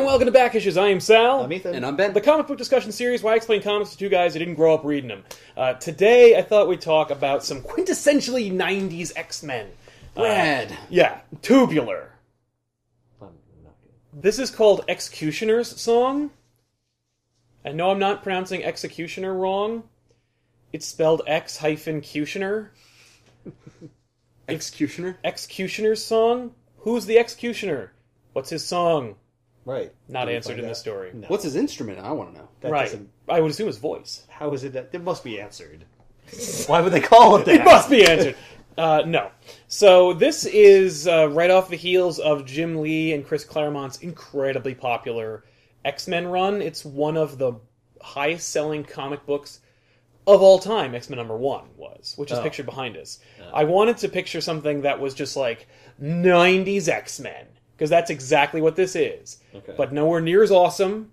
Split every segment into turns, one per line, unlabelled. Welcome to Back Issues. I am Sal.
I'm Ethan.
And I'm Ben.
The comic book discussion series where I explain comics to two guys who didn't grow up reading them. Uh, today, I thought we'd talk about some quintessentially 90s X Men.
Brad.
Yeah, tubular.
I'm not good.
This is called Executioner's Song. And no, I'm not pronouncing executioner wrong. It's spelled X hyphen cutioner.
Executioner.
Executioner's Song? Who's the executioner? What's his song?
Right.
Not
Didn't
answered
find
in the
out.
story.
No.
What's his instrument? I want to know.
That
right.
doesn't-
I would assume his voice.
How is it that it must be answered? Why would they call it that?
It must be answered. Uh, no. So this is uh, right off the heels of Jim Lee and Chris Claremont's incredibly popular X Men run. It's one of the highest selling comic books of all time. X Men number one was, which is
Oh.
pictured behind us. I wanted to picture something that was just like 90s X Men, because that's exactly what this is.
Okay.
But nowhere near as awesome,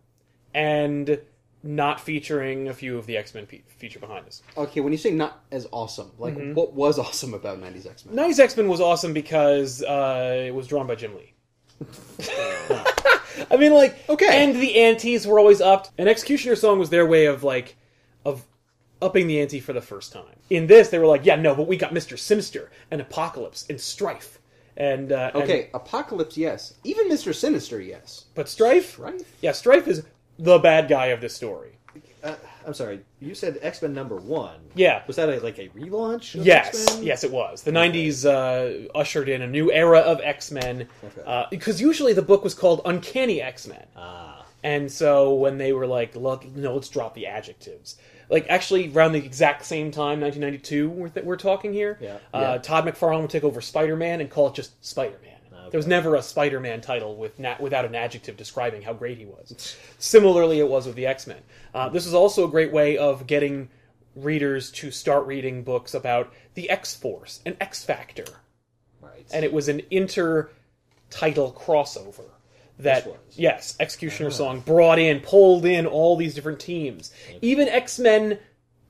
and not featuring a few of the X Men pe- feature behind us.
Okay, when you say not as awesome, like
Mm-hmm.
what was awesome about '90s X Men?
90s X Men was awesome because uh, it was drawn by Jim Lee. I mean, like,
Okay.
and the antes were always upped. An Executioner song was their way of like, of upping the ante for the first time. In this, they were like, yeah, no, but we got Mister Sinister and Apocalypse and Strife, and uh, and-
Okay, Apocalypse, yes. Even Mister Sinister, yes.
but Strife,
Right?
yeah, Strife is the bad guy of this story.
Uh, I'm sorry. You said X Men number one.
Yeah.
Was that a, like a relaunch? Of
Yes,
X-Men?
yes, it was. The '90s uh, ushered in a new era of X Men
Okay.
because usually the book was called Uncanny X Men.
Ah.
And so when they were like, look, no, let's drop the adjectives. Like actually around the exact same time, 1992, we're, th- we're talking here.
Yeah.
Uh, Todd McFarlane would take over Spider-Man and call it just Spider-Man.
Okay.
There was never a Spider-Man title with na- without an adjective describing how great he was. Similarly, it was with the X-Men. Uh, this is also a great way of getting readers to start reading books about the X-Force and X-Factor
Right.
and it was an inter title crossover that
This was. Ah.
yes executioner song brought in pulled in all these different teams even x-men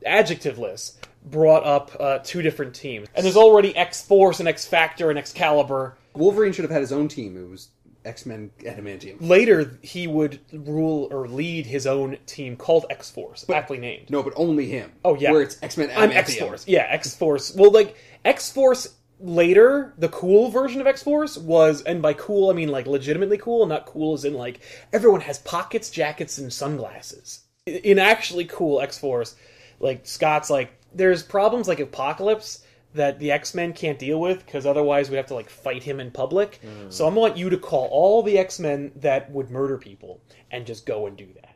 adjective lists brought up uh, two different teams and there's already x-force and x-factor and excalibur
Wolverine should have had his own team. It was X Men Adamantium.
later he would rule or lead his own team called x-force aptly named
No, but only him.
Oh, yeah.
Where it's X Men Adamantium.
I'm X Force. Yeah, X Force. Well, like X Force later, the cool version of X Force was, and by cool I mean like legitimately cool, not cool as in like everyone has pockets, jackets, and sunglasses. I- In actually cool X Force, like Scott's like there's problems like Apocalypse that the X Men can't deal with because otherwise we'd have to like fight him in public. So I want you to call all the X Men that would murder people and just go and do that.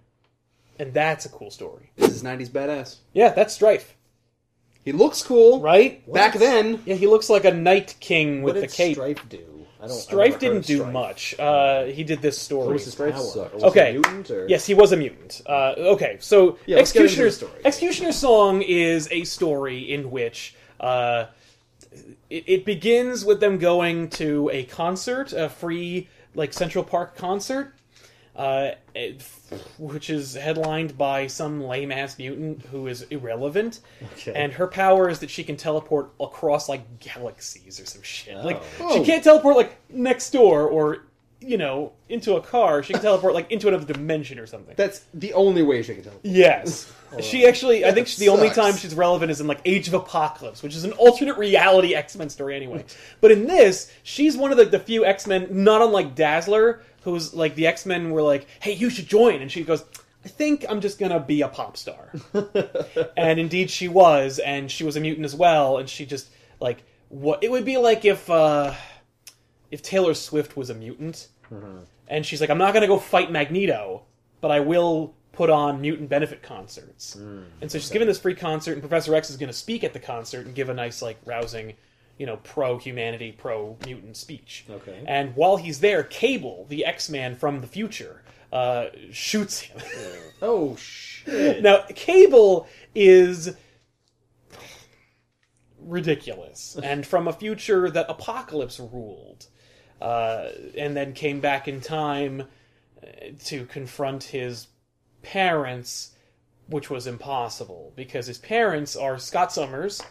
And that's a cool story.
This is '90s badass.
Yeah, that's Strife,
He looks cool.
right?
Back then,
Yeah, he looks like a knight king
What
with the
did
cape. Strife,
Strife do? I don't. I've never heard
didn't
of
do
Strife.
much. Uh, he did this
What
story.
was his Strife
Power.
suck? Or was
Okay.
He a mutant or?
Yes, he was a mutant. Uh, okay, so
Yeah, let's get into the
Executioner's
story.
Executioner's Song is a story in which uh, it, it begins with them going to a concert, a free like Central Park concert, uh, it- which is headlined by some lame ass mutant who is irrelevant,
Okay.
and her power is that she can teleport across like galaxies or some shit. Like
Oh.
she can't teleport like next door or you know into a car. She can teleport like into another dimension or something.
that's the only way she can tell.
Yes. She actually, I think she, the only
sucks.
time she's relevant is in like Age of Apocalypse, which is an alternate reality X Men story anyway. But in this, she's one of the, the few X Men, not unlike Dazzler, who's like the X Men were like, hey, you should join. And she goes, I think I'm just going to be a pop star. and indeed she was, and she was a mutant as well, and she just, like, what, it would be like if, uh, if Taylor Swift was a mutant, and she's like, "I'm not gonna go fight Magneto, but I will put on mutant benefit concerts." and so she's given this free concert, and Professor X is gonna speak at the concert and give a nice, like, rousing, you know, pro humanity, pro mutant speech.
Okay.
And while he's there, Cable, the X Man from the future, uh, shoots him.
Oh shit!
now, Cable is ridiculous and from a future that apocalypse ruled uh, and then came back in time uh, to confront his parents which was impossible because his parents are scott summers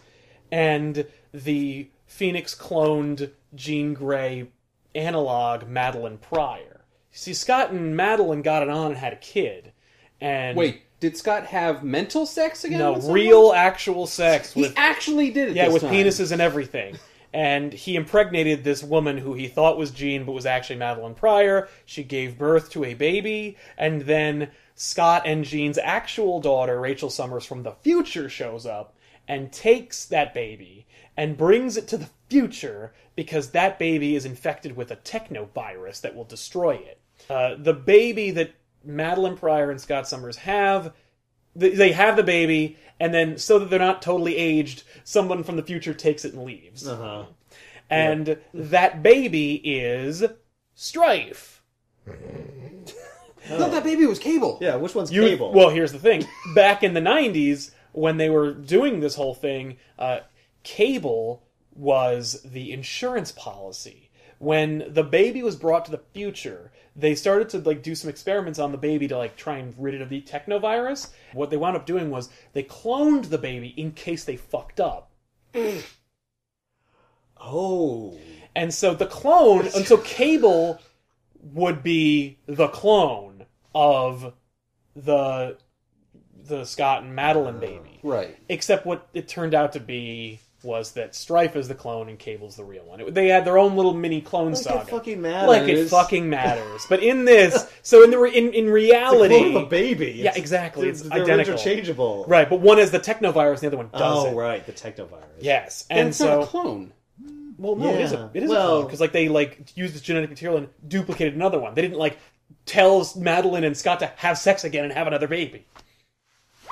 and the phoenix cloned jean gray analog madeline pryor See, Scott and Madeline got it on and had a kid. And
Wait, did Scott have mental sex again?
no
with someone?
real actual sex
He
with
actually did it.
yeah
this
with
time.
penises and everything. And he impregnated this woman who he thought was Jean, but was actually Madeline Pryor. She gave birth to a baby, and then Scott and Jean's actual daughter, Rachel Summers from the future, shows up and takes that baby and brings it to the future because that baby is infected with a technovirus that will destroy it. Uh, the baby that Madeline Pryor and Scott Summers have th- they have the baby, and then so that they're not totally aged, someone from the future takes it and leaves.
Uh-huh.
And that baby is Strife.
I thought that baby was Cable.
Yeah, which one's
You-
Cable?
Well, here's the thing. Back in the 90s, when they were doing this whole thing, uh, Cable was the insurance policy. When the baby was brought to the future, they started to like do some experiments on the baby to like try and rid it of the technovirus. What they wound up doing was they cloned the baby in case they fucked up.
oh.
And so the clone, and so Cable would be the clone of the the Scott and Madeline baby.
Right.
Except what it turned out to be was that Strife is the clone and Cable's the real one. It- they had their own little mini clone
Like
saga.
it fucking matters.
like it fucking matters. But in this, so in the re- in in
It's a
reality,
clone of a baby. It's-
exactly.
They're,
It's
they're
identical.
interchangeable.
right? But one is the technovirus, and the other one doesn't.
Oh, right. The technovirus.
Yes,
And
and
it's
so
not a clone.
well, no, it is
Yeah.
a it is
Well-
because like they like used this genetic material and duplicated another one. They didn't like tell Madeline and Scott to have sex again and have another baby.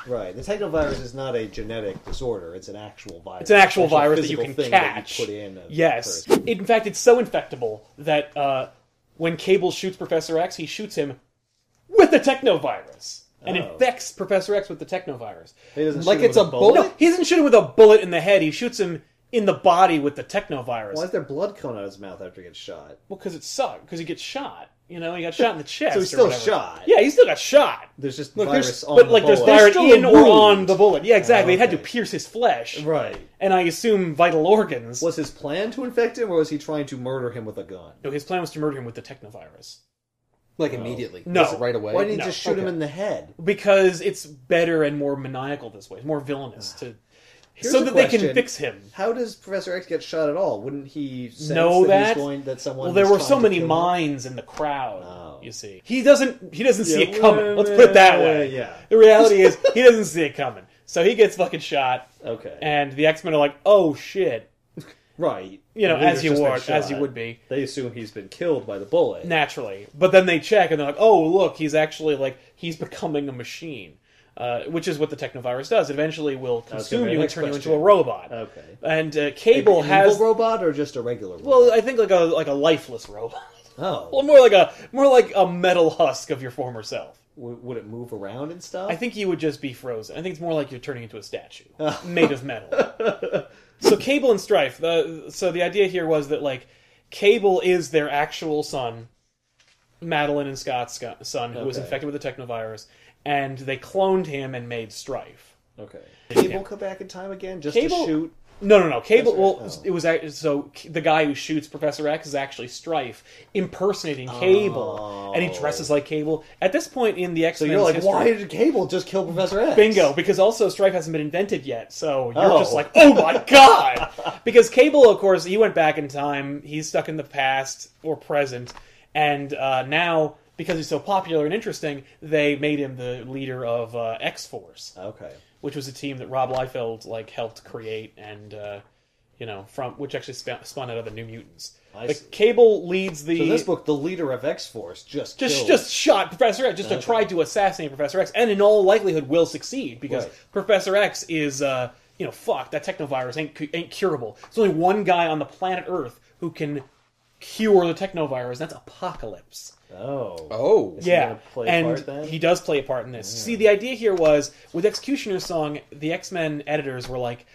Right. The technovirus is not a genetic disorder. It's an actual virus.
It's an actual virus that you
physical
can
thing that you
catch.
put in a
yes,
person.
in fact, it's so infectable that uh, when Cable shoots Professor X, he shoots him with the technovirus and
Oh.
infects Professor X with the technovirus.
He doesn't
Like
shoot him
it's
with
a bullet?
No, he doesn't shoot him with a bullet in the head. He shoots him in the body with the technovirus.
Why is there blood coming out of his mouth after he gets shot?
Well, because it sucked. Because he gets shot. You know, he got shot in the chest.
So he's
or
still
whatever.
shot.
Yeah, he still got shot.
There's just
Look, there's-
virus on
But
the
like, there's
bullet.
virus
still a
in or on
wound.
the bullet. Yeah, exactly. It had to
okay.
pierce his flesh,
Right.
and I assume vital organs.
Was his plan to infect him, or was he trying to murder him with a gun?
No, his plan was to murder him with the technovirus
Like immediately.
No.
Just right away.
Why didn't he
No.
just shoot him in the head?
because it's better and more maniacal this way. It's more villainous to,
Ah. Here's
so
a
that they can
question.
fix him.
How does Professor X get shot at all? Wouldn't he sense
Know
that, he's
that?
going that someone?
Well, there
was
were
trying
so
to
many
kill him?
minds in the crowd.
Oh.
You see, he doesn't. He doesn't see
Yeah,
it coming. Let's put it that way.
yeah, yeah.
The reality is, he doesn't see it coming. So he gets fucking shot,
Okay,
and the X Men are like, "Oh shit,"
right.
you know,
The leader's
as you
just been
were, as
shot.
you would be
They assume he's been killed by the bullet.
naturally. But then they check, and they're like, "Oh look, he's actually like he's becoming a machine." Uh, which is what the technovirus does. It eventually will
was
consume
gonna be
you
my
and
next
turn you into
question.
a robot.
Okay.
And uh,
An
Cable
evil
has,
robot or just a regular?
well,
Robot?
I think like a like a lifeless robot.
oh,
Well, more like a more like a metal husk of your former self.
W- would it move around and stuff?
I think you would just be frozen. I think it's more like you're turning into a statue
Oh.
made of metal. so Cable and Strife. The, so the idea here was that like Cable is their actual son, Madeline and Scott's sco- son, who was
Okay.
infected with the technovirus, and they cloned him and made Strife.
Okay. Cable come back in time again just
Cable-
to shoot.
No, no, no. Cable.
Professor-
well,
oh.
it was act- so c- the guy who shoots Professor X is actually Strife impersonating Cable, and he
Oh.
dresses like Cable. At this point in the X
So
Men,
you're like,
history,
why did Cable just kill Professor X?
Bingo, because also Strife hasn't been invented yet, so you're
Oh.
just like, oh my god! because Cable, of course, he went back in time, he's stuck in the past or present, and uh, now, because he's so popular and interesting, they made him the leader of uh, X Force,
Okay.
which was a team that Rob Liefeld like helped create and. Uh, you know, from which actually spa- spun out of the New Mutants.
I
But
see.
Cable leads the
So this book, the leader of X Force, just
just
killed.
just shot Professor X, just to
Okay.
try to assassinate Professor X, and in all likelihood will succeed because
Right.
Professor X is uh, you know fuck that technovirus ain't cu- ain't curable. There's only one guy on the planet Earth who can cure the technovirus. And that's Apocalypse.
oh.
Oh.
he
yeah,
gonna play a
and
part then?
he does play a part in this. See, the idea here was with Executioner's Song, the X Men editors were like,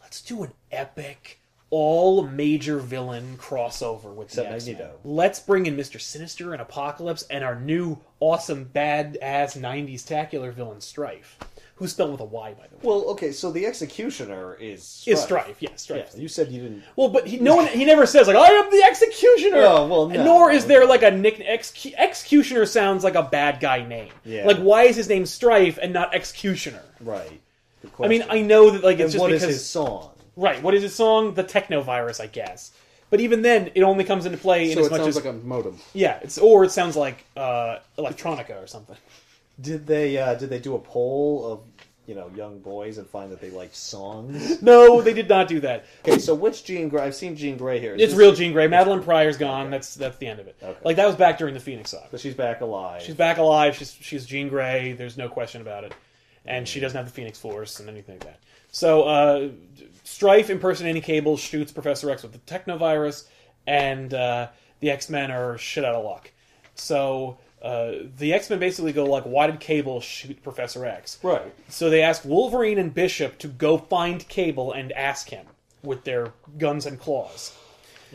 let's do an epic. All major villain crossover with the
Except
X-Men.
Magneto.
Let's bring in Mister Sinister and Apocalypse and our new awesome badass '90s tacular villain Strife. who's spelled with a Y, by the way.
Well, okay, so the executioner is Strife.
Is Strife, yes, Strife.
Yeah, you said you didn't.
Well, but he, no one he never says like I am the executioner.
Oh, well, no.
Nor is there like a nick ex, executioner sounds like a bad guy name.
Yeah.
Like why is his name Strife and not Executioner?
Right. Good
I mean,
question.
I know that like
And
it's just
what is
because
his song?
right. What is his song? The Techno Virus, I guess. But even then, it only comes into play in
So
as
it
much
sounds
as
like a modem.
yeah. It's or it sounds like uh, electronica or something.
Did they uh, did they do a poll of you know young boys and find that they liked songs?
No, they did not do that.
okay, so which Jean Grey? I've seen Jean Grey here. Is
It's
this-
real Jean Grey. Madeline Pryor's gone. That's that's the end of it.
Okay.
Like that was back during the Phoenix saga.
But she's back alive.
She's back alive. She's she's Jean Grey. There's no question about it. And she doesn't have the Phoenix Force and anything like that. So uh, Strife impersonating Cable shoots Professor X with the Technovirus, and uh, the X Men are shit out of luck. So uh, the X Men basically go like, "Why did Cable shoot Professor X?"
right.
So they ask Wolverine and Bishop to go find Cable and ask him with their guns and claws.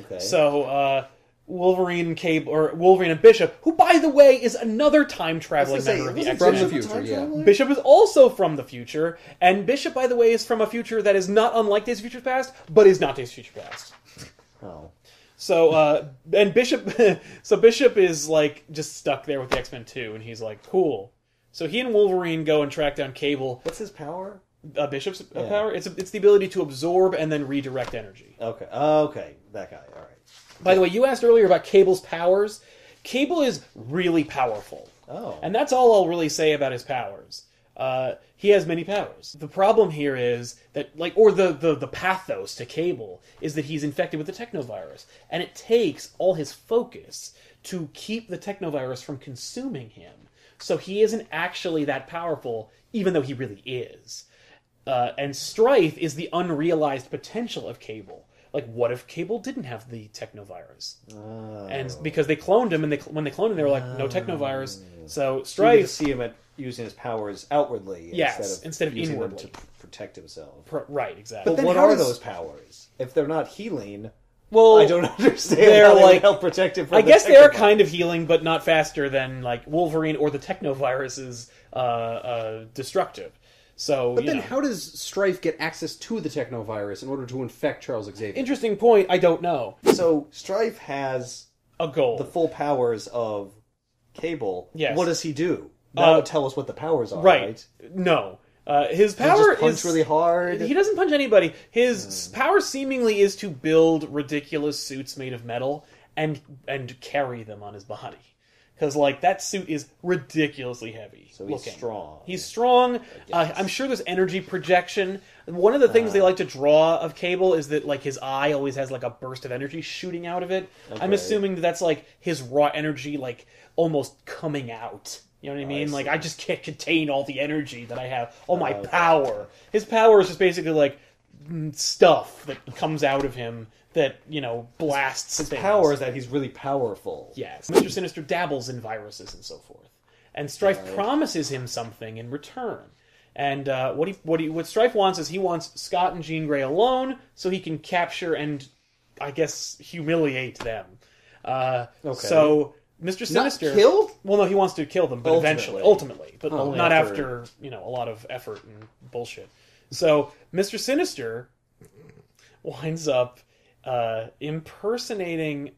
Okay.
So uh, Wolverine and Cable, or Wolverine and Bishop, who by the way is another time
I
traveling
was gonna
member of
say,
the X
From the
Men.
wasn't Bishop a
future,
time
yeah.
traveler?
Bishop is also from the future, and Bishop, by the way, is from a future that is not unlike Days of Future Past, but is not Days of Future Past.
oh.
So uh, and Bishop, so Bishop is like just stuck there with the X Men Two, and he's like, cool. So he and Wolverine go and track down Cable.
What's his power?
Uh, Bishop's uh,
Yeah.
power it's it's the ability to absorb and then redirect energy.
Okay. Oh, Okay. That guy. All right.
By the way, you asked earlier about Cable's powers. Cable is really powerful.
Oh.
And that's all I'll really say about his powers. Uh, he has many powers. The problem here is that, like, or the, the, the pathos to Cable is that he's infected with the technovirus, and it takes all his focus to keep the technovirus from consuming him. So he isn't actually that powerful, even though he really is. Uh, and strife is the unrealized potential of Cable. Like, what if Cable didn't have the technovirus?
Oh.
and because they cloned him, and they cl- when they cloned him, they were like, no technovirus.
Oh.
So
you get to
strife,
see him at using his powers outwardly
Yes,
instead of
instead of
using
inwardly.
them to p- protect himself.
pr- right, exactly.
But
But,
then
what
how
are
does-
those powers? If they're not healing,
well,
I don't understand.
they're
how they
like-
would help protect him. From
I
the
guess they are
technovirus.
kind of healing, but not faster than like Wolverine or the technovirus's uh, uh, destructive. So,
But
you
then,
know.
how does Strife get access to the technovirus in order to infect Charles Xavier?
interesting point. I don't know.
So Strife has
A goal.
the full powers of Cable.
Yes.
What does he do? That
Uh,
would tell us what the powers are, right?
right. No. Uh, his
Does
power
he just punch
is
really hard. Mm.
He doesn't punch anybody. His s- power seemingly is to build ridiculous suits made of metal and and carry them on his body. Because like that suit is ridiculously heavy.
so he's
looking.
strong.
He's strong. Uh, I'm sure there's energy projection. One of the things
Uh.
they like to draw of Cable is that like his eye always has like a burst of energy shooting out of it. I'm
Okay.
assuming that that's like his raw energy like almost coming out. You know what I mean? like
see.
I just can't contain all the energy that I have, all my
okay.
power. His power is just basically like mm, stuff that comes out of him that you know blasts things.
power is that he's really powerful.
Yes. Mr. Sinister dabbles in viruses and so forth. And Strife promises him something in return. And uh, what he what he what Strife wants is he wants Scott and Jean Grey alone so he can capture and I guess humiliate them. Uh,
Okay.
So Mr.
Not
Sinister
killed?
Well, no, he wants to kill them, but eventually, ultimately, but
Only
not
after-
after you know a lot of effort and bullshit. So Mr. Sinister winds up uh, impersonating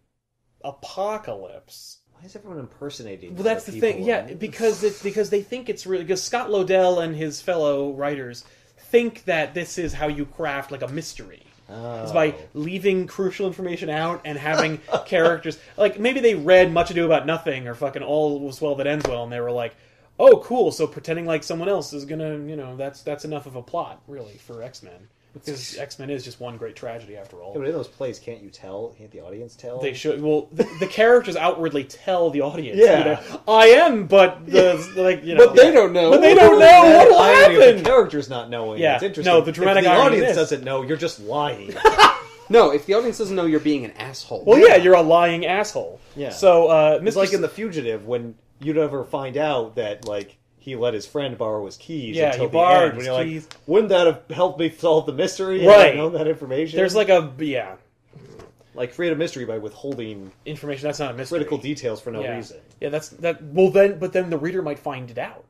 Apocalypse.
Why is everyone impersonating?
Well, that's
other
the thing,
people?
yeah, because it's because they think it's really because Scott Lobdell and his fellow writers think that this is how you craft like a mystery.
Oh.
It's by leaving crucial information out and having characters like maybe they read Much Ado About Nothing or fucking All Was Well That Ends Well, and they were like, "Oh, cool!" So pretending like someone else is gonna, you know, that's that's enough of a plot really for X Men because X Men is just one great tragedy after all.
Yeah, but in those plays, can't you tell? Can't the audience tell?
They should. Well, the, the characters outwardly tell the audience.
Yeah.
you know, I am, but the like you know.
But they don't know.
But they don't know
That
what will
irony of The
happen.
characters not knowing.
Yeah.
It's interesting.
No, the dramatic
if the
irony
audience
is-
doesn't know. You're just lying.
No, if the audience doesn't know, you're being an asshole.
Well, yeah, you're a lying asshole.
Yeah.
So, uh, Mr.
It's like in The Fugitive when you'd ever find out that like he let his friend borrow his keys.
Yeah,
until
he
the
borrowed
end, when
his
you're like,
keys.
Wouldn't that have helped me solve the mystery?
Right.
If I'd known that information.
there's like a yeah
like create a mystery by withholding
information that's not a mystery.
critical details for no
yeah.
reason.
Yeah, that's that. Well, then, but then the reader might find it out.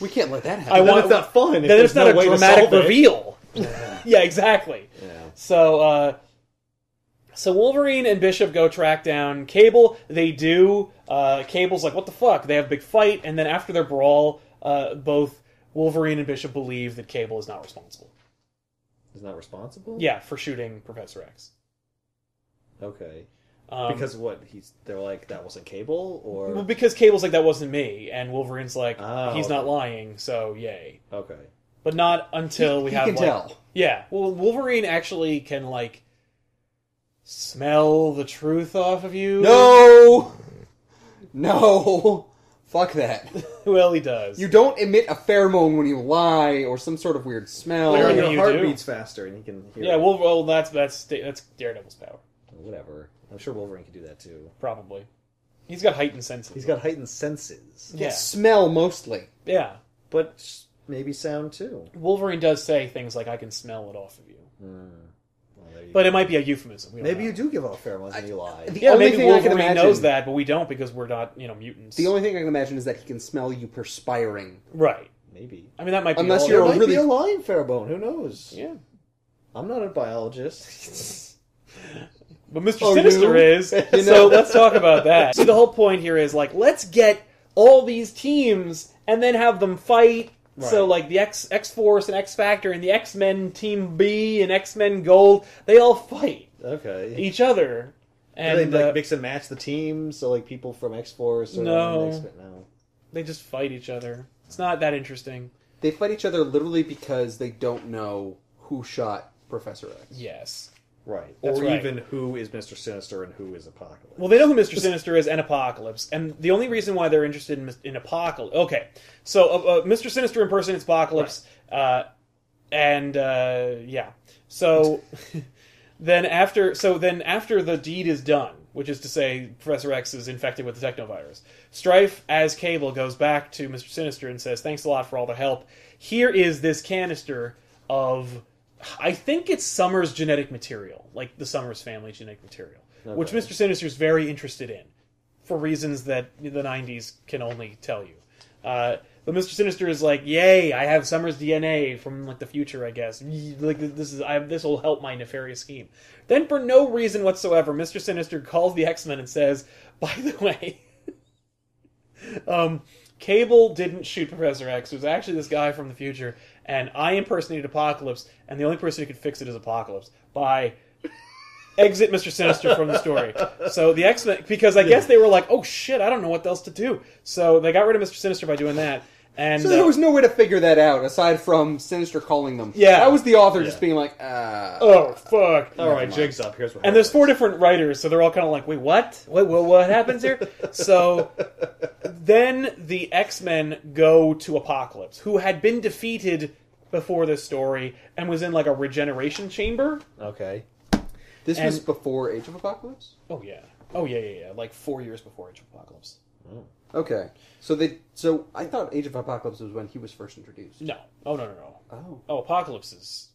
We can't let that happen.
I
Then
want-
it's not fun. if
then it's
there's no
not a
way to
dramatic
solve it.
reveal. yeah, exactly.
Yeah.
So, uh, so Wolverine and Bishop go track down Cable. They do. Uh, Cable's like, "What the fuck?" They have a big fight, and then after their brawl, uh, both Wolverine and Bishop believe that Cable is not responsible.
Is not responsible.
Yeah, for shooting Professor X.
Okay.
Um, Mm-hmm.
Because what he's they're like that wasn't cable or
well, because Cable's like, "That wasn't me," and Wolverine's like,
Oh.
"He's not lying." So, yay.
okay.
But not until we
he
have
can
like,
tell.
Yeah, well, Wolverine actually can like smell the truth off of you.
No, no, fuck that.
well, he does.
You don't emit a pheromone when you lie or some sort of weird smell.
Clearly
your
you
heart
do.
beats faster and he can hear.
yeah,
it.
well, well, that's that's that's Daredevil's power,
Oh, whatever. I'm sure Wolverine could do that too.
probably. He's got heightened senses.
He's got heightened senses,
yeah,
Smell mostly.
yeah.
but s- maybe sound too.
Wolverine does say things like, "I can smell it off of you,"
Well, there you
but
go.
it might be a euphemism. We don't
maybe
know.
you do give off pheromones when you lie.
The
Yeah,
only
maybe
thing I can
Wolverine
imagine
knows that, but we don't because we're not, you know, mutants.
The only thing I can imagine is that he can smell you perspiring.
right.
Maybe.
I mean, that might be
Unless
all-
There
you're a
might
really-
be a lying pheromone. Who knows?
yeah.
I'm not a biologist.
But Mr.
Oh,
Sinister
you?
is.
You
So
know?
let's talk about that. See, the whole point here is like, let's get all these teams and then have them fight. So
Right.
like the X X Force and X Factor and the X Men Team B and X Men Gold, they all fight
okay.
each other. And
And they like
uh,
mix and match the teams, so like people from X Force or
No.
X Men. No.
they just fight each other. It's not that interesting.
They fight each other literally because they don't know who shot Professor X.
Yes.
Right.
That's
or
right.
even who is Mister Sinister and who is Apocalypse.
Well, they know who Mister Sinister is and Apocalypse, and the only reason why they're interested in, in Apocalypse. Okay, so uh, uh, Mister Sinister impersonates Apocalypse, uh, and uh, yeah. So then after, so then after the deed is done, which is to say Professor X is infected with the technovirus, Strife as Cable goes back to Mister Sinister and says, "Thanks a lot for all the help. Here is this canister of." I think it's Summers' genetic material, like the Summers family genetic material, which
Okay.
Mr. Sinister's very interested in for reasons that the 90s can only tell you. Uh, but Mr. Sinister is like, "Yay, I have Summers' DNA from like the future, I guess. Ye- Like this is I this will help my nefarious scheme." Then for no reason whatsoever, Mr. Sinister calls the X-Men and says, "By the way, um, Cable didn't shoot Professor X. It was actually this guy from the future, and I impersonated Apocalypse, and the only person who could fix it is Apocalypse by exit Mister Sinister from the story. So the X Men, because I guess they were like, oh shit, I don't know what else to do. So they got rid of Mister Sinister by doing that, and
So there
uh,
was no way to figure that out aside from Sinister calling them.
Yeah.
That was the author just
Yeah.
being like, uh.
oh fuck.
all right,
mind.
jigs up. Here's what.
And there's four different writers, so they're all kind of like, wait, what? Wait, what, what happens here? so then the X Men go to Apocalypse, who had been defeated before this story and was in like a regeneration chamber.
Okay.
This was
And-
before Age of Apocalypse?
Oh, yeah. Oh, yeah, yeah, yeah. Like four years before Age of Apocalypse.
Okay. So they. So I thought Age of Apocalypse was when he was first introduced.
No. Oh, no, no, no.
Oh.
Oh, Apocalypse is,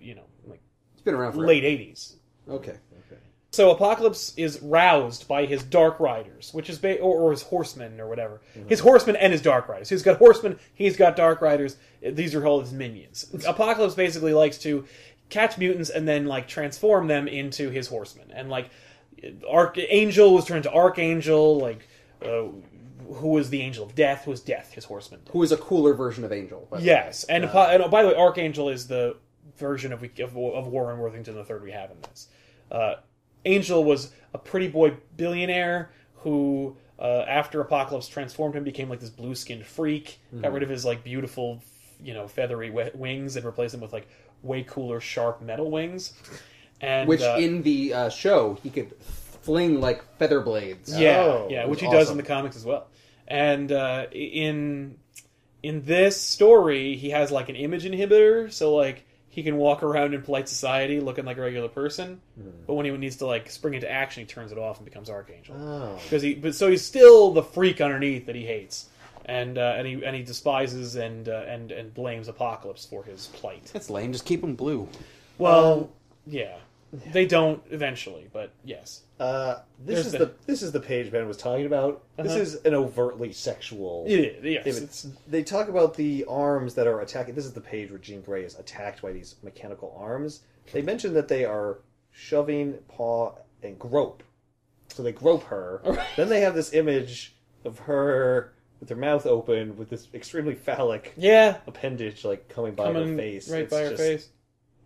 you know, like
It's been around for
late 80s.
Okay.
Okay.
So Apocalypse is roused by his Dark Riders, which is ba- or, or his horsemen or whatever. His horsemen and his Dark Riders. He's got horsemen. He's got Dark Riders. These are all his minions. Apocalypse basically likes to catch mutants and then like transform them into his horsemen. And like Archangel was turned to Archangel. Like uh, who was the Angel of Death? Was Death his horseman?
Who is a cooler version of Angel. by the way.
Yes, and, apo- and oh, by the way, Archangel is the version of of, of Warren Worthington the third we have in this. Uh, Angel was a pretty boy billionaire who, uh, after Apocalypse transformed him, became like this blue skinned freak. Got rid of his like beautiful, you know, feathery we- wings and replaced them with like way cooler, sharp metal wings. And
Which
uh,
in the uh, show, he could fling like feather blades.
Yeah,
Oh,
yeah,
that
which he
was
does in
awesome.
the comics as well. And uh, in in this story, he has like an image inhibitor, so like he can walk around in polite society looking like a regular person. But when he needs to like spring into action, he turns it off and becomes Archangel.
Oh.
Because he, but so he's still the freak underneath that he hates, and uh, and he and he despises and uh, and and blames Apocalypse for his plight.
That's lame. Just keep him blue.
Well, yeah. They don't eventually, but yes.
Uh, this
There's
is
the-
the, this is the page Ben was talking about. This
Uh-huh.
is an overtly sexual.
It is. Yes.
David,
It's,
they talk about the arms that are attacking. This is the page where Jean Grey is attacked by these mechanical arms. They mention that they are shoving, paw, and grope. So they grope her. Then they have this image of her with her mouth open with this extremely phallic
yeah.
appendage like coming by
Coming
her face.
right
It's
by her
just-
face.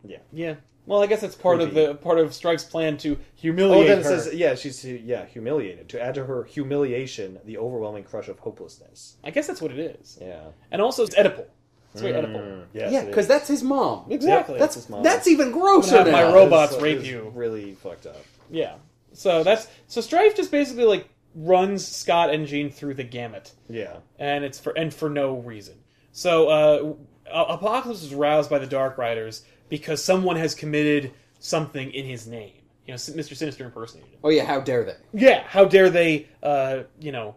Yeah.
Yeah. Well, I guess that's part
Creepy.
of the part of Strike's plan to humiliate
Oh, then it
her.
says, yeah, she's yeah humiliated. To add to her humiliation, the overwhelming crush of hopelessness.
I guess that's what it is.
Yeah. Mm.
And also, it's Oedipal. It's very Oedipal.
Yes,
yeah,
it
because
is.
that's his mom.
Exactly.
Yep,
that's
That's
his mom.
that's even grosser.
have my
now.
Yeah,
robe- robots
it's-
rape
it's
you.
Really fucked up.
yeah. So that's so Strife just basically like runs Scott and Jean through the gamut.
Yeah.
and it's for and for no reason. So uh, A- Apocalypse is roused by the Dark Riders because someone has committed something in his name. You know, Mr. Sinister impersonated him.
Oh yeah, how dare they?
Yeah, how dare they? Uh, you know,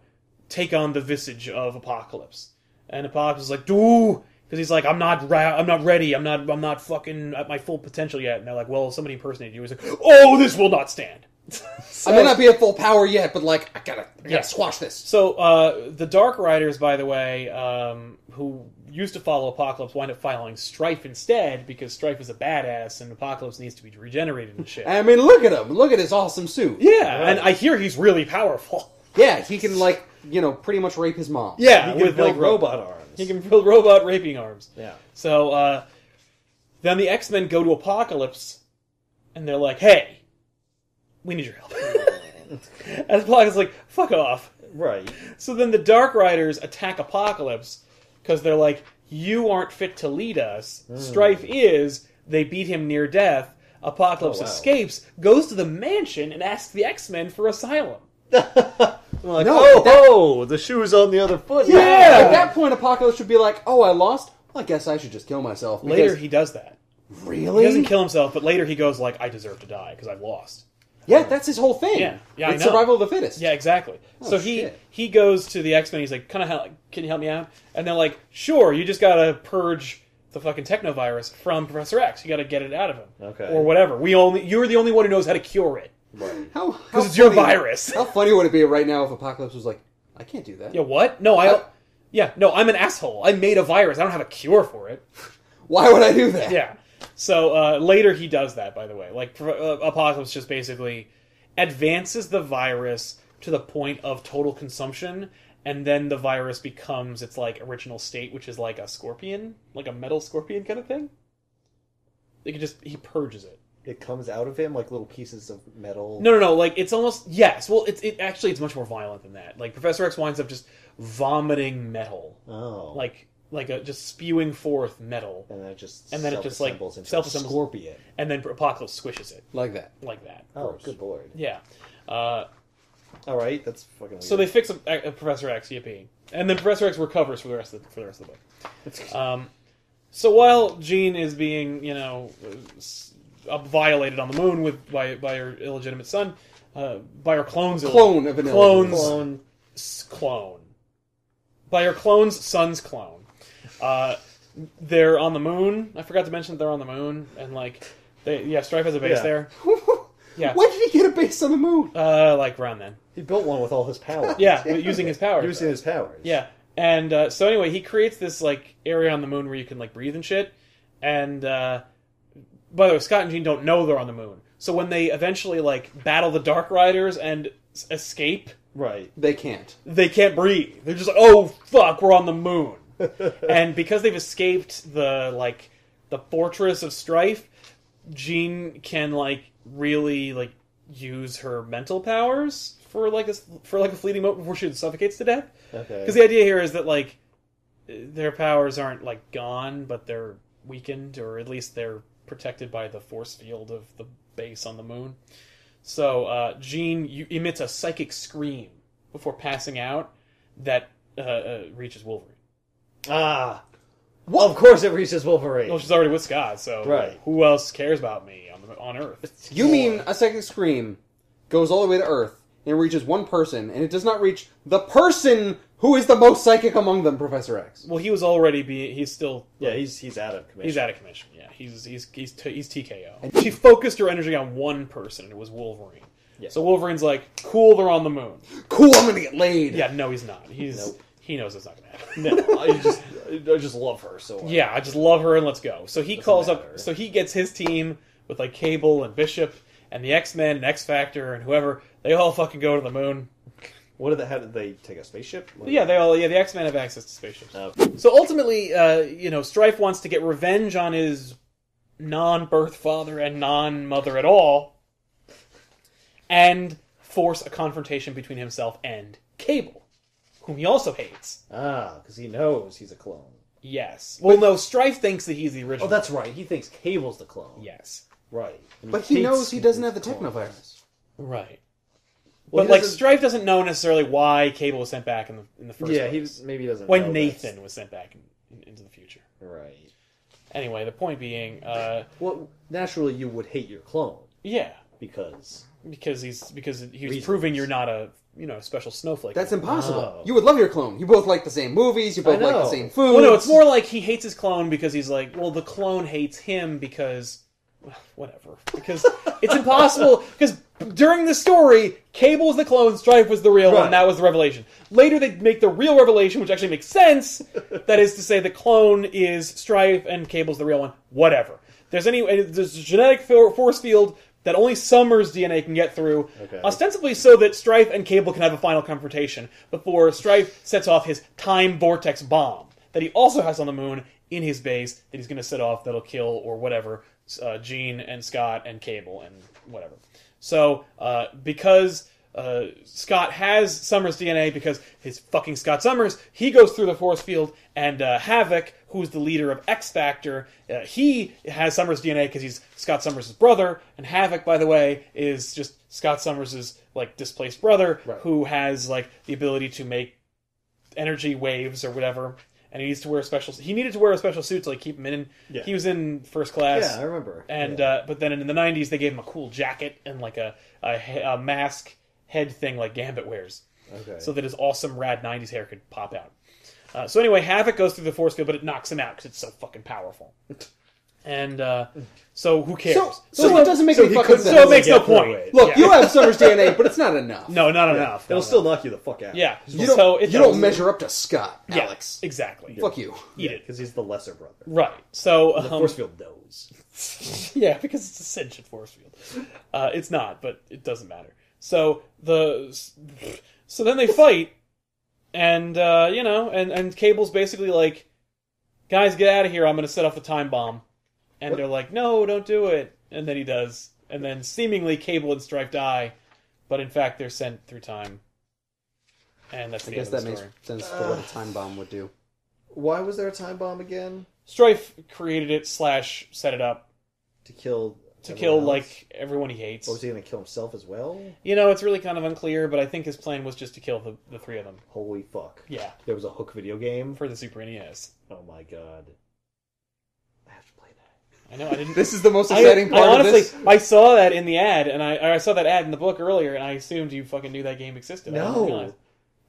take on the visage of Apocalypse. And Apocalypse is like, "Dude," because he's like, "I'm not, ra- I'm not ready. I'm not, I'm not fucking at my full potential yet." And they're like, "Well, somebody impersonated you." He's like, "Oh, this will not stand."
I may not be at full power yet, but like I gotta, I gotta
Yeah.
squash this.
So uh, the Dark Riders, by the way, um, who used to follow Apocalypse, wind up following Strife instead because Strife is a badass and Apocalypse needs to be regenerated and shit.
I mean, look at him. Look at his awesome suit.
yeah, and I hear he's really powerful.
Yeah, he can like you know pretty much rape his mom.
Yeah,
He can
with
build
like robot.
robot arms.
He can build robot raping arms.
Yeah.
So uh, then the X Men go to Apocalypse, and they're like, "Hey, we need your help." and Apocalypse is like, "Fuck off."
Right.
So then the Dark Riders attack Apocalypse because they're like, "You aren't fit to lead us."
Hmm.
Strife is. They beat him near death. Apocalypse
Oh, wow.
escapes, goes to the mansion, and asks the X Men for asylum.
Like,
No,
oh,
that-
oh, the shoe's on the other foot.
Yeah.
At that point, Apocalypse should be like, "Oh, I lost. Well, I guess I should just kill myself." because-
Later, he does that.
really
He doesn't kill himself, but later he goes like, "I deserve to die because I've lost."
Yeah, that's his whole thing.
Yeah. Yeah, I
it's
know.
survival of the fittest.
Yeah, exactly. so he
shit.
he goes to the X Men. He's like, "Kind of, help, can you help me out?" And they're like, "Sure, you just gotta purge the fucking technovirus from Professor X. You gotta get it out of him,
Okay.
or whatever. We only you're the only one who knows how to cure it.
Right.
How? Because
it's your virus.
How funny would it be right now if Apocalypse was like, "I can't do that.
Yeah, what? No, I.
Uh,
yeah, no, I'm an asshole. I made a virus. I don't have a cure for it.
Why would I do that?"
Yeah. So uh, later he does that, by the way. Like pro- uh, Apocalypse just basically advances the virus to the point of total consumption, and then the virus becomes its like original state, which is like a scorpion, like a metal scorpion kind of thing. They could just he purges it.
It comes out of him like little pieces of metal.
No, no, no. Like it's almost yes. Well, it's it actually it's much more violent than that. Like Professor X winds up just vomiting metal,
Oh.
like like a, just spewing forth metal,
And then it just
And then it just, like,
self-assembles into a
self-assembles-
scorpion.
and then Apocalypse squishes it
Like that.
like that.
Oh,
course.
good lord.
Yeah. Uh,
All right, that's fucking. Weird.
so they fix a, a Professor X, yippee, and then Professor X recovers for the rest of the, for the rest of the book. Um, so while Jean is being, you know, uh, s- uh, violated on the moon with by by her illegitimate son, uh, by her clones,
Clone of an
Clones.
clone.
s- clone, by her clone's son's clone. Uh, they're on the moon. I forgot to mention they're on the moon, and like, they yeah, Strife has a base
Yeah.
there. Yeah.
Why did he get a base on the moon?
Uh, like around then.
He built one with all his powers.
Yeah, using his powers.
Using his powers.
Yeah, and uh, so anyway, he creates this like area on the moon where you can like breathe and shit. And uh, by the way, Scott and Jean don't know they're on the moon. So when they eventually like battle the Dark Riders and s- escape,
Right.
They can't.
they can't breathe. They're just like, oh fuck, we're on the moon. and because they've escaped the like the fortress of strife, Jean can like really like use her mental powers for like a s- for like a fleeting moment before she suffocates to death.
Okay.
Because the idea here is that like their powers aren't like gone, but they're weakened, or at least they're protected by the force field of the base on the moon. So uh, Jean you, emits a psychic scream before passing out that uh, uh, reaches Wolverine.
Ah. Well, of course it reaches Wolverine.
Well, Oh, she's already with Scott, so
Right.
who else cares about me on the, on Earth?
You mean a second scream goes all the way to Earth and reaches one person, and it does not reach the person Who is the most psychic among them, Professor X?
Well, he was already being. He's still.
Yeah, he's he's out of commission.
He's out of commission. Yeah, he's he's he's t- he's TKO. She focused her energy on one person, and it was Wolverine.
Yes.
So Wolverine's like, "Cool, they're on the moon."
Cool, I'm gonna get laid.
Yeah, no, he's not. He's he knows it's not gonna happen.
No, I just I just love her so. much.
Yeah, I just love her and let's go. So he calls
matter.
up. So he gets his team with like Cable and Bishop and the X Men and X Factor and whoever. They all fucking go to the moon.
What did they? How did they take a spaceship? What-
Yeah, they all. Yeah, the X Men have access to spaceships.
Oh.
So ultimately, uh, you know, Strife wants to get revenge on his non-birth father and non-mother at all, and force a confrontation between himself and Cable, whom he also hates.
Ah, because he knows he's a clone.
Yes. Well, no, Strife thinks that he's the
Oh,
original.
that's right. He thinks Cable's the clone.
yes.
Right. And
But he
hates
knows he doesn't have the
clones.
technovirus.
Right.
Well,
but
he
like
doesn't-
Strife doesn't know necessarily why Cable was sent back in the in the first.
Yeah, he
place.
just- maybe doesn't.
when
know
Nathan was sent back in, in- into the future.
that's- Right.
Anyway, the point being, uh,
Well, naturally, you would hate your clone
yeah,
because
because he's because he was
Reasons.
proving you're not a you know special snowflake.
That's
anymore.
impossible.
Oh.
You would love your clone. You both like the same movies. You both like the
know.
same food.
Well, no, it's more like he hates his clone because he's like, well, the clone hates him because, well, whatever. Because it's impossible. Because during the story, Cable was the clone, Strife was the real
Right.
one. That was the revelation. Later, they make the real revelation, which actually makes sense. that is to say, the clone is Strife and Cable's the real one. Whatever. There's any and there's a genetic for- force field. That only Summer's DNA can get through,
Okay.
ostensibly so that Strife and Cable can have a final confrontation before Strife sets off his time vortex bomb that he also has on the moon in his base that he's going to set off that'll kill or whatever uh, Gene and Scott and Cable and whatever. So uh, because uh, Scott has Summers' DNA because his fucking Scott Summers, he goes through the force field and uh, Havoc, who's the leader of X Factor, uh, he has Summers' DNA because he's Scott Summers' brother, and Havoc, by the way, is just Scott Summers' like displaced brother
Right.
who has like the ability to make energy waves or whatever. And he needs to wear a special. He needed to wear a special suit to like keep him in.
Yeah.
He was in first class.
yeah, I remember.
And
yeah.
uh, but then in the '90s they gave him a cool jacket and like a a, he- a mask head thing like Gambit wears,
okay.
so that his awesome rad '90s hair could pop out. Uh, so anyway, Havoc goes through the force field, but it knocks him out because it's so fucking powerful. And uh, so who cares?
So, so, it doesn't make
so
any
he
fucking
couldn't-
sense.
so it makes no
get through
point.
it.
Look,
Yeah.
you have Summer's DNA, but it's not enough.
no, not enough.
it'll
No,
still
no.
knock you the fuck out.
yeah.
You don't,
so it
you don't
does-
measure up to Scott,
Yeah,
Alex.
exactly.
Fuck you.
Eat it.
because he's the lesser brother.
Right. So um,
The force field knows.
yeah, because it's a sentient force field. Uh, it's not, but it doesn't matter. So the so then they fight, and uh, you know, and and Cable's basically like, "Guys, get out of here! I'm going to set off the time bomb," and they're like, "No, don't do it!" And then he does, and then seemingly Cable and Strife die, but in fact they're sent through time, and that's
I
the
guess
end of
that
the
makes
story.
sense for what a time bomb would do.
Why was there a time bomb again?
Strife created it slash set it up
To kill.
to
everyone
kill
else?
like everyone he hates.
Or was he going to kill himself as well?
You know, it's really kind of unclear, but I think his plan was just to kill the, the three of them.
Holy fuck!
Yeah,
There was a Hook video game.
for the Super E NES.
Oh my god! I have to play that.
I know I didn't.
This is the most
I,
exciting part
I honestly,
of this.
I saw that in the ad, and I I saw that ad in the book earlier, and I assumed you fucking knew that game existed. I didn't
No.
realize.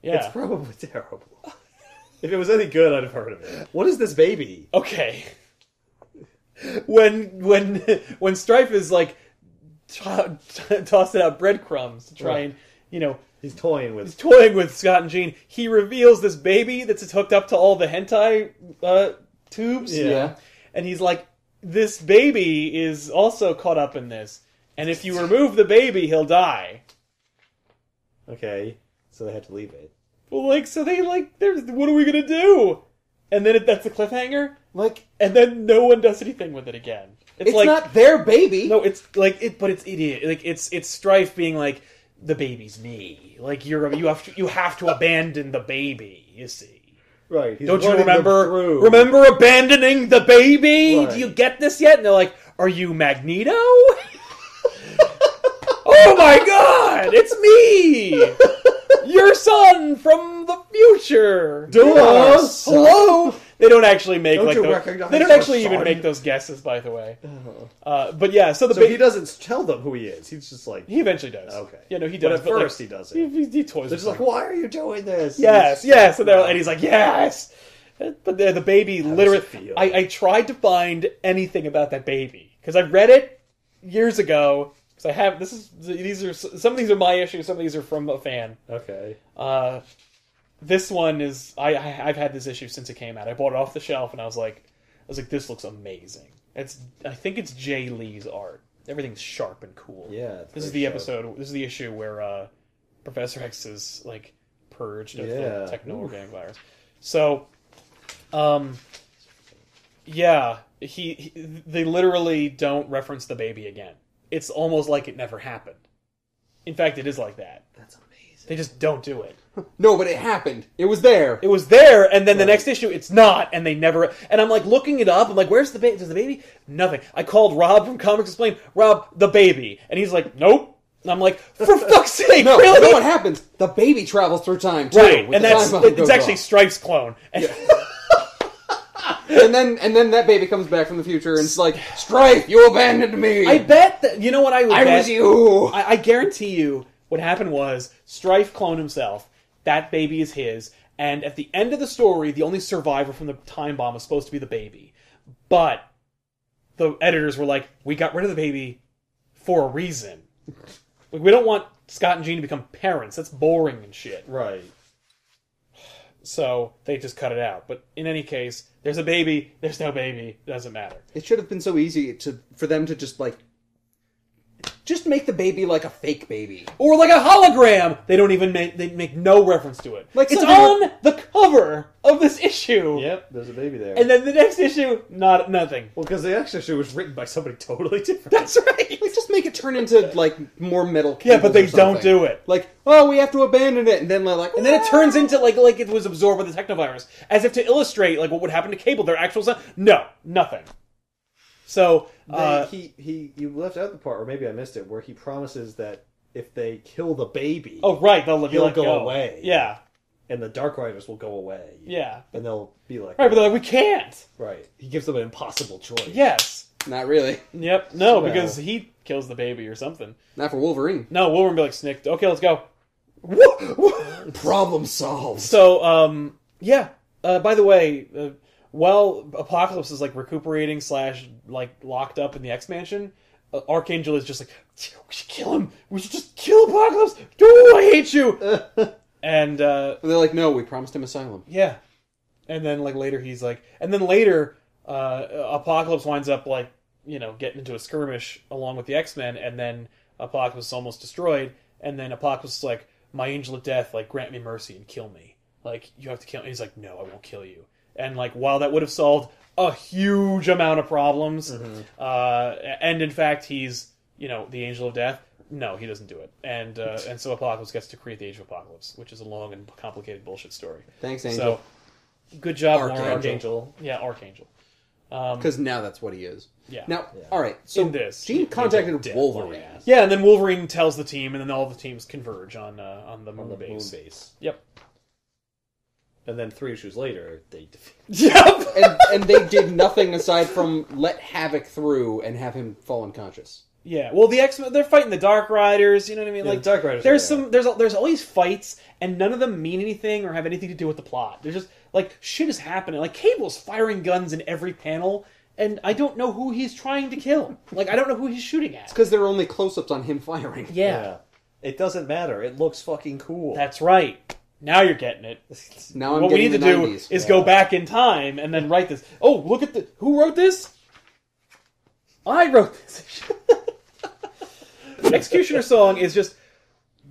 yeah.
It's probably terrible. if it was any good, I'd have heard of it. What is this baby?
okay. When when when Strife is like to- to- tossing out breadcrumbs to try
Right.
and you know
He's toying
he's
with.
toying with Scott and Jean, he reveals this baby that's hooked up to all the hentai uh, tubes.
Yeah.
yeah.
and he's like, "This baby is also caught up in this, and if you remove the baby, he'll die."
Okay, so they had to leave it.
Well, like, so they like, there's what are we gonna do? And then it, that's a cliffhanger,
Like,
and then no one does anything with it again. It's,
it's
like
not their baby.
no, it's like it, but it's idiot. Like it's it's strife being like the baby's me. Like you're you have to, you have to abandon the baby. You see.
Right. he's
Don't you
running them
remember?
through.
Remember abandoning the baby?
Right.
Do you get this yet? And they're like, "Are you Magneto?" oh oh my god! It's me! Your son from the future!
Doris!
Hello! They don't actually make
Don't
like
you
those-
recognize
they don't
your
actually even
son? Uh-huh.
make those guesses, by the way. Uh, but yeah, so the
So
big
he doesn't tell them who he is. He's just like,
he eventually does.
okay.
Yeah, no, he
But
does.
at
but, like,
first, he does it.
he, he, he toys
They're
with
just like,
them.
why are you doing this?
yes, yes, and, they're,
like,
and he's like, yes. But the, the baby literally.
does it feel?
I, I tried to find anything about that baby because I read it years ago. Because I have this is these are some of these are my issues, some of these are from a fan.
okay.
Uh, this one is I, I I've had this issue since it came out. I bought it off the shelf and I was like, I was like, this looks amazing. It's I think it's Jay Lee's art. Everything's sharp and cool.
Yeah, it's
This is the
very sharp.
episode. This is the issue where uh, Professor X is like purged of
Yeah.
the techno-organic virus. So, um, yeah, he, he they literally don't reference the baby again. It's almost like it never happened. In fact, it is like that.
That's amazing.
They just don't do it.
No, but it happened. It was there.
It was there, and then the next issue, it's not, and they never. And I'm like looking it up. I'm like, where's the baby? Does the baby? Nothing. I called Rob from Comics Explained. Rob, the baby, and he's like, nope. And I'm like, for fuck's sake,
no,
really?
you know what happens? The baby travels through time too.
right,
with
and
the
that's
time bomb
it's
goes
actually
off.
Stripes clone. And
and then and then that baby comes back from the future and it's like, Strife, you abandoned me.
I bet that you know what I would.
I
bet?
was you.
I, I guarantee you, what happened was Strife cloned himself. That baby is his, and at the end of the story, the only survivor from the time bomb was supposed to be the baby. But the editors were like, "We got rid of the baby for a reason. Like, we don't want Scott and Jean to become parents. That's boring and shit."
Right.
So they just cut it out. But in any case, there's a baby. There's no baby. Doesn't matter.
It should have been so easy to for them to just like just make the baby like a fake baby.
Or like a hologram. They don't even make they make no reference to it.
Like
it's
something
on
like-
the cover of this issue.
Yep, there's a baby there.
And then the next issue, not nothing.
well, because the next issue was written by somebody totally different.
That's right.
Like just make it turn into like more metal.
Yeah, but
cables
they
or something.
don't do it.
Like, oh, we have to abandon it, and then they're like, "Ah!"
And then it turns into like like it was absorbed by the technovirus, as if to illustrate like what would happen to Cable, their actual son. No, nothing. So uh,
he he you left out the part, or maybe I missed it, where he promises that if they kill the baby,
oh right, they'll let you
He'll
let
go away.
Yeah,
and the Dark Riders will go away.
yeah.
and they'll be like,
Right,
right.
but they're like we can't.
He gives them an impossible choice.
Yes.
Not really.
Yep. No,
Well.
because he kills the baby or something.
Not for Wolverine.
No, Wolverine be like snicked. Okay, let's go. Wha- wha-
Problem solved.
So, um, yeah. Uh, by the way, uh, while Apocalypse is like recuperating slash like locked up in the X Mansion, uh, Archangel is just like, we should kill him. We should just kill Apocalypse. Oh, I hate you. and uh,
And they're like, no, we promised him asylum.
yeah, and then like later he's like, and then later uh, Apocalypse winds up like you know getting into a skirmish along with the X Men, and then Apocalypse is almost destroyed, and then Apocalypse is like, my angel of death, like grant me mercy and kill me, like you have to kill. me. He's like, no, I won't kill you, and like while that would have solved a huge amount of problems, uh, and in fact he's you know the angel of death. No, he doesn't do it, and uh, and so Apocalypse gets to create the Age of Apocalypse, which is a long and complicated bullshit story.
Thanks,
So,
Angel.
good job, Archangel.
Archangel.
Archangel.
Yeah, Archangel.
Because now that's what he is.
Yeah.
Now, all right. So
In this,
Jean contacted Wolverine.
Yeah, and then Wolverine tells the team, and then all the teams converge on uh, on the moon
the moon
base.
base.
Yep.
And then three issues later, they defeat.
Yep.
and, and they did nothing aside from let Havoc through and have him fall unconscious.
Yeah. Well, the X Men they're fighting the Dark Riders. You know what I mean?
Yeah,
like
the Dark Riders
There's
are
some. There's al- there's always fights, and none of them mean anything or have anything to do with the plot. There's just like shit is happening. Like Cable's firing guns in every panel, and I don't know who he's trying to kill. Like I don't know who he's shooting at.
Because there were only close ups on him firing.
yeah.
It doesn't matter. It looks fucking cool.
That's right. Now you're getting it.
Now I'm
what we
getting
need to
the
do
90s.
is go back in time and then write this. Oh, look at the who wrote this? I wrote this. Executioner song is just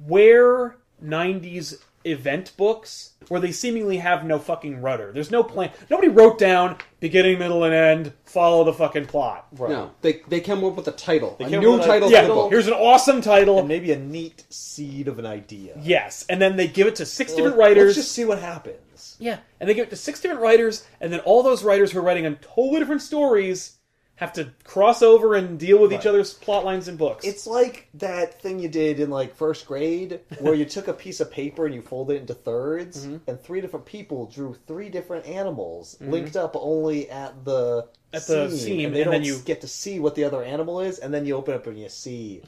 where 90s event books where they seemingly have no fucking rudder. There's no plan. Nobody wrote down beginning, middle, and end. Follow the fucking plot.
Right.
No, they they came up with a title, a
came
new
up with a-
title
Yeah,
for the book.
here's an awesome title.
And maybe a neat seed of an idea.
yes, and then they give it to six different
Let's-
writers.
Let's just see what happens.
Yeah, and they give it to six different writers, and then all those writers who are writing on totally different stories have to cross over and deal with each
Right.
other's plot lines and books.
It's like that thing you did in like first grade where you took a piece of paper and you folded it into 3rds
Mm-hmm.
and three different people drew three different animals linked up only at the
At the seam,
and they
and
don't
then you-
get to see what the other animal is and then you open up and you see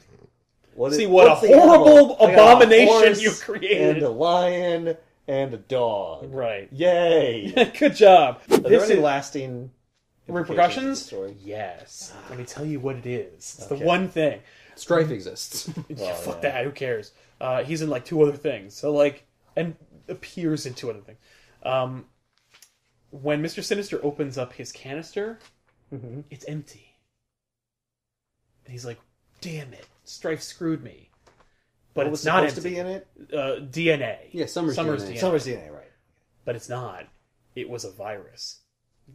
what
See what a
what's the
horrible
animal? I got a
abomination
horse
you created.
and a lion and a dog
right.
yay are
Good job.
there
This is
any lasting implications
repercussions.
to the story?
Yes. Let me tell you what it is. It's
Okay.
the one thing.
Strife exists.
yeah, fuck
yeah.
that. Who cares? Uh, he's in like two other things. So like, and appears in two other things. Um, when Mister Sinister opens up his canister,
Mm-hmm.
it's empty. And he's like, "Damn it, Strife screwed me." But
what was
it's not
supposed
empty.
to be in it
uh, DNA.
Yeah, Summer's DNA.
summer's dna right
But it's not. It was a virus,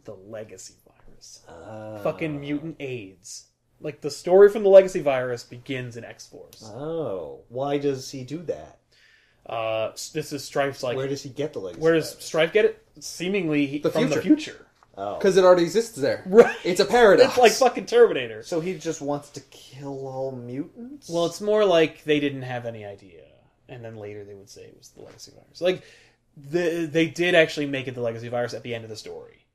the Legacy virus.
Ah.
Fucking mutant AIDS. Like the story from the Legacy virus begins in X Force.
Oh, why does he do that?
Uh, s- this is Strife's like.
Uh-huh. where does he get the legacy?
Where does
virus?
Strife get it? Seemingly he-
The
from the future.
Oh,
Because it already exists there.
Right.
It's a paradox.
It's like fucking Terminator.
so he just wants to kill all mutants?
Well, it's more like they didn't have any idea, and then later they would say it was the legacy virus. Like the, they did actually make it the legacy virus at the end of the story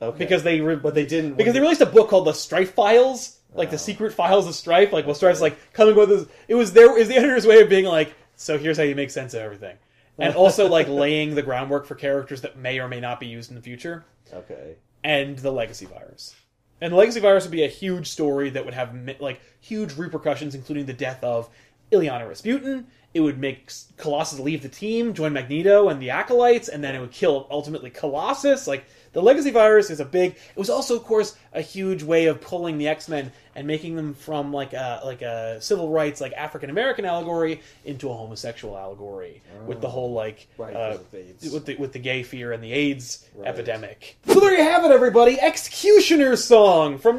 okay.
because they re-
but they didn't
because they Oh. released a book called the Strife Files, like the secret files of Strife. Like, well, Strife's like coming with us. It was their is the editor's way of being like, so here's how you make sense of everything, and also like laying the groundwork for characters that may or may not be used in the future.
okay.
and the legacy virus. And the legacy virus would be a huge story that would have mi- like huge repercussions, including the death of Ileana Rasputin. It would make S- Colossus leave the team, join Magneto and the acolytes, and then it would kill ultimately Colossus. Like the legacy virus is a big. It was also, of course, a huge way of pulling the X Men and making them from like a like a civil rights like African American allegory into a homosexual allegory with the whole like
Oh. Right,
uh,
'cause of AIDS.
with the with the gay fear and the AIDS
Right.
epidemic. So there you have it, everybody. Executioner song from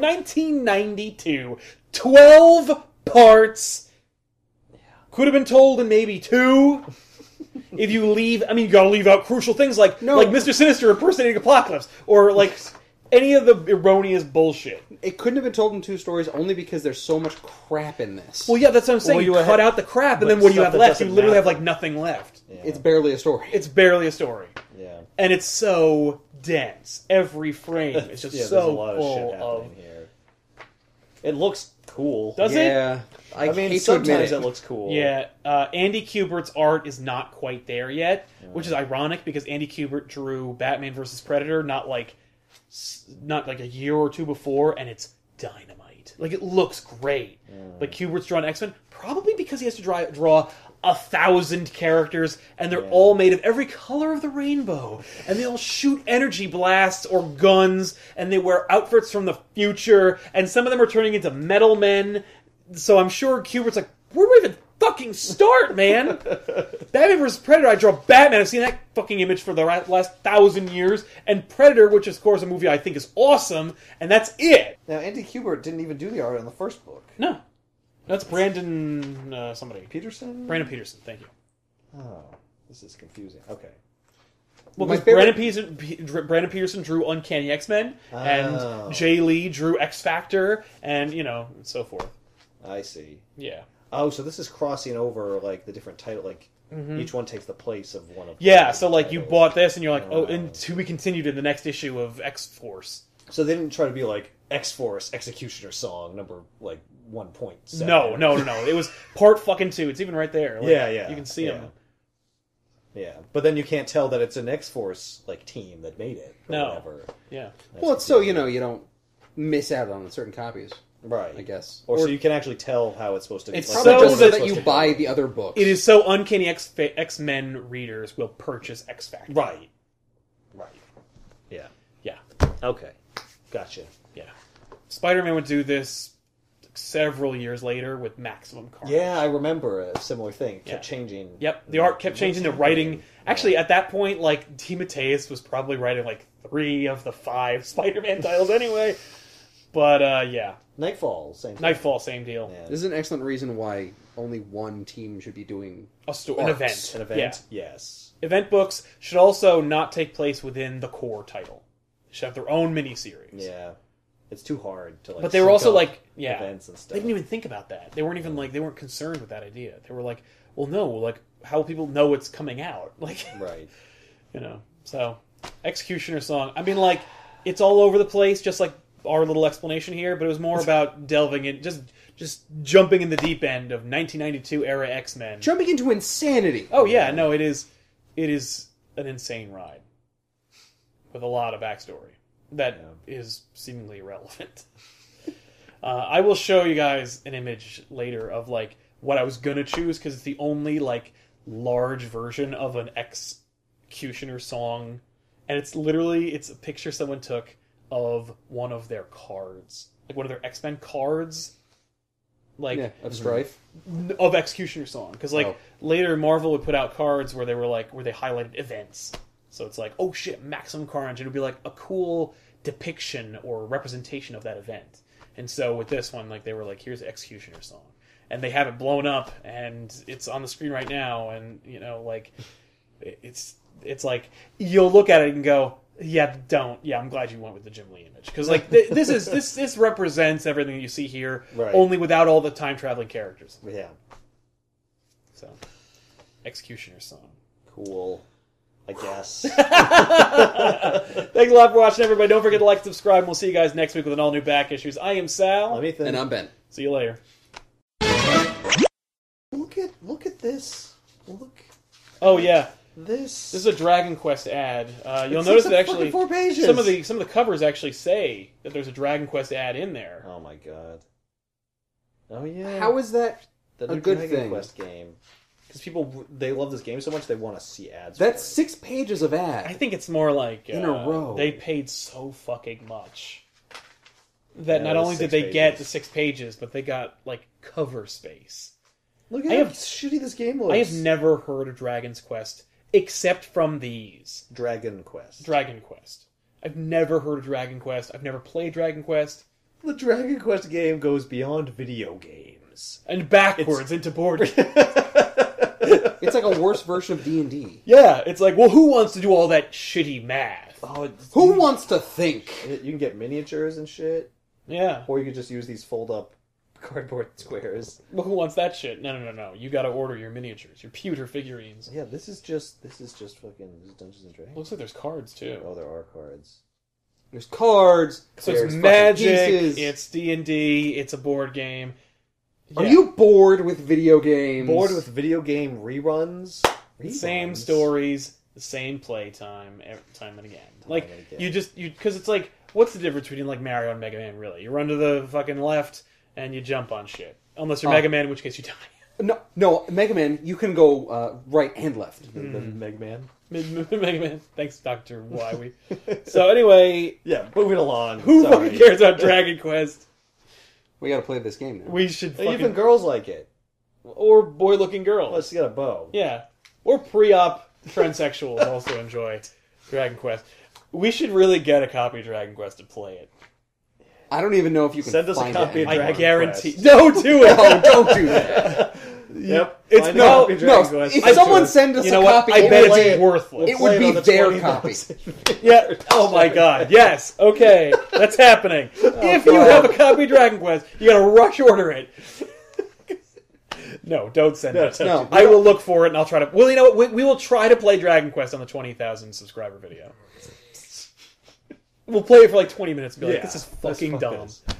1992, 12 parts. Could have been told in maybe two. if you leave, I mean, you gotta leave out crucial things like
No.
like Mr. Sinister impersonating Apocalypse or like any of the erroneous bullshit.
it couldn't have been told in two stories only because there's so much crap in this.
Well, yeah, that's what I'm saying.
Well,
you
you
cut
had-
out the crap, and
but
then what do you
stuff
have
that
left? You
doesn't
literally have
matter.
like nothing left.
Yeah.
it's barely a story.
It's barely a story.
yeah.
and it's so dense. Every frame is just
yeah, there's
so
a lot of
full
shit
of.
happening here. It looks cool.
Does it?
yeah. I,
I, mean,
hate to admit
sometimes
it.
it. looks cool.
Yeah, uh, Andy Kubert's art is not quite there yet, which is ironic because Andy Kubert drew Batman versus Predator not like s- not like a year or two before, and it's dynamite. Like it looks great, but Kubert's drawn X Men probably because he has to draw draw a thousand characters, and they're
Yeah.
all made of every color of the rainbow, and they all shoot energy blasts or guns, and they wear outfits from the future, and some of them are turning into metal men. So I'm sure Kubert's like, where do we even fucking start, man? Batman vs Predator, I draw Batman. I've seen that fucking image for the ra- last thousand years. And Predator, which is, of course, a movie I think is awesome, and that's it.
Now, Andy Kubert didn't even do the art on the first book.
No, that's Brandon uh, somebody.
Peterson?
Brandon Peterson, thank you.
Oh, this is confusing. Okay.
Well,
My
'cause
favorite-
Brandon, Peterson, P- Dr- Brandon Peterson drew Uncanny X Men,
Oh.
and Jay Lee drew X Factor, and you know, and so forth.
I see.
Yeah,
Oh, so this is crossing over, like, the different title. Like, each one takes the place of one of
Mm-hmm. yeah.
the
So like, you
titles.
bought this, and you're like, oh,
Oh.
and to be continued in the next issue of X Force.
So they didn't try to be like X Force Executioner song number like one point seven.
No, no, no, no. It was part fucking two. It's even right there. Like,
yeah, yeah.
You can see
yeah.
them.
Yeah, but then you can't tell that it's an X Force like team that made it. Or
No.
Whatever.
Yeah.
well, it's so you know you don't miss out on certain copies.
Right.
I guess.
Or, so you can actually tell how it's supposed to.
It's
So
probably just so
that-
that you buy the other books.
It is so uncanny X X Men readers will purchase X Factor.
Right. Right. Yeah.
Yeah.
Okay. Gotcha.
Yeah. Spider Man would do this several years later with Maximum Carnage.
Yeah, I remember a similar thing. It kept
Yeah.
changing.
Yep. The art kept changing. The writing. Actually, at that point, like D. Mateus was probably writing like three of the five Spider Man titles anyway. But uh, yeah,
Nightfall. Same. Thing.
Nightfall, same deal.
Yeah.
This is an excellent reason why only one team should be doing.
A sto- an
Arcs.
event.
An event. Yes.
Yeah. Event books should also not take place within the core title. They should have their own miniseries.
Yeah. It's too hard to like.
But they were also
sync up
like, yeah,
events and stuff.
they didn't even think about that. They weren't even like they weren't concerned with that idea. They were like, well, no, like how will people know it's coming out? Like,
right.
you know. So, executioner song. I mean, like it's all over the place, just like our little explanation here. But it was more about delving in, just just jumping in the deep end of 1992 era X Men.
Jumping into insanity.
Oh yeah, no, it is. It is an insane ride with a lot of backstory that is seemingly irrelevant. uh, I will show you guys an image later of like what I was gonna choose because it's the only like large version of an executioner song, and it's literally it's a picture someone took of one of their cards, like one of their X Men cards. Like
yeah, of strife.
of Executioner song because like
Oh.
later Marvel would put out cards where they were like where they highlighted events. So it's like oh shit, Maximum Carnage. It would be like a cool depiction or representation of that event. And so with this one, like they were like here's the Executioner song, and they have it blown up and it's on the screen right now, and you know like it- it's it's like you'll look at it and go. Yeah, don't. Yeah, I'm glad you went with the Jim Lee image because like th- this is this this represents everything you see here,
Right.
only without all the time traveling characters.
Yeah.
So, Executioner song.
Cool. I guess.
Thanks a lot for watching, everybody. Don't forget to like, subscribe, and we'll see you guys next week with an all new back issues. I am Sal.
Let me think.
And I'm Ben.
see you later.
Look at look at this. Look
Oh yeah,
this.
this is a Dragon Quest ad. Uh, you'll
It's
notice
like
that
fucking
actually
four pages.
some of the some of the covers actually say that there's a Dragon Quest ad in there.
Oh my god. Oh yeah.
How is that?
the
a
new
good
Dragon
thing?
Quest game? Because people they love this game so much they want to see ads. for
That's
it.
six pages of ad.
I think it's more like
In a
uh,
row.
They paid so fucking much that
Yeah,
not
the
only did
six
they get
pages.
the six pages, but they got like cover space.
Look at
I
how
have-
shitty this game looks.
I have never heard of Dragon's Quest except from these.
Dragon Quest.
Dragon Quest. I've never heard of Dragon Quest. I've never played Dragon Quest.
the Dragon Quest game goes beyond video games.
And backwards into board.
it's like a worse version of D and D.
yeah, it's like, well, who wants to do all that shitty math?
Oh,
Who wants to think?
You can get miniatures and shit,
Yeah.
or you could just use these fold up cardboard squares.
Well, who wants that shit? No, no, no, no. You gotta order your miniatures, your pewter figurines.
Yeah, this is just this is just fucking this is Dungeons and Dragons.
Looks like there's cards too.
Oh, there are cards.
There's cards.
So it's
there's fucking
magic.
pieces.
It's D and D. It's a board game.
Are
Yeah.
you bored with video games?
Bored with video game reruns.
Mm. same
Reruns?
stories, the same play time, every time and again. Like
and again.
you just you because it's like what's the difference between like Mario and Mega Man? Really, you run to the fucking left and you jump on shit. Unless you're
Oh.
Mega Man, in which case you die.
no, no, Mega Man. You can go uh, right and left.
The
Mm.
Mega Man.
Mega Man. Thanks, Doctor Wily. so anyway,
Yeah, moving along.
who
Sorry.
fucking cares about Dragon Quest?
We got to play this game now.
We should
Hey,
fucking
Even girls like it.
or boy-looking girls.
Plus, you got a bow.
Yeah. Or pre op transsexuals also enjoy Dragon Quest. We should really get a copy of Dragon Quest to play it.
I don't even know if you can
Send us a
find
copy
it
of
I
anymore.
Dragon
guarantee.
Quest.
No, do it!
No, don't do that.
Yep.
It's-
Find a
no,
copy of
no,
Dragon Quest.
if
Send to
someone
us.
send us
You know
a
what?
copy,
I
we'll
bet
play
it's
it.
worthless.
It would
Play
be
on the
their
29th.
copy.
Yeah. Oh my god. Yes. Okay. That's happening. if you
Oh, God.
have a copy of Dragon Quest, you gotta rush order it. No, don't send
No,
it.
don't
No. do
I will look for it and I'll try to. Well, you know what? We, we will try to play Dragon Quest on the 20,000 subscriber video. We'll play it for like 20 minutes and be like,
Yeah.
this is
Let's
fucking
fuck
dumb.
this.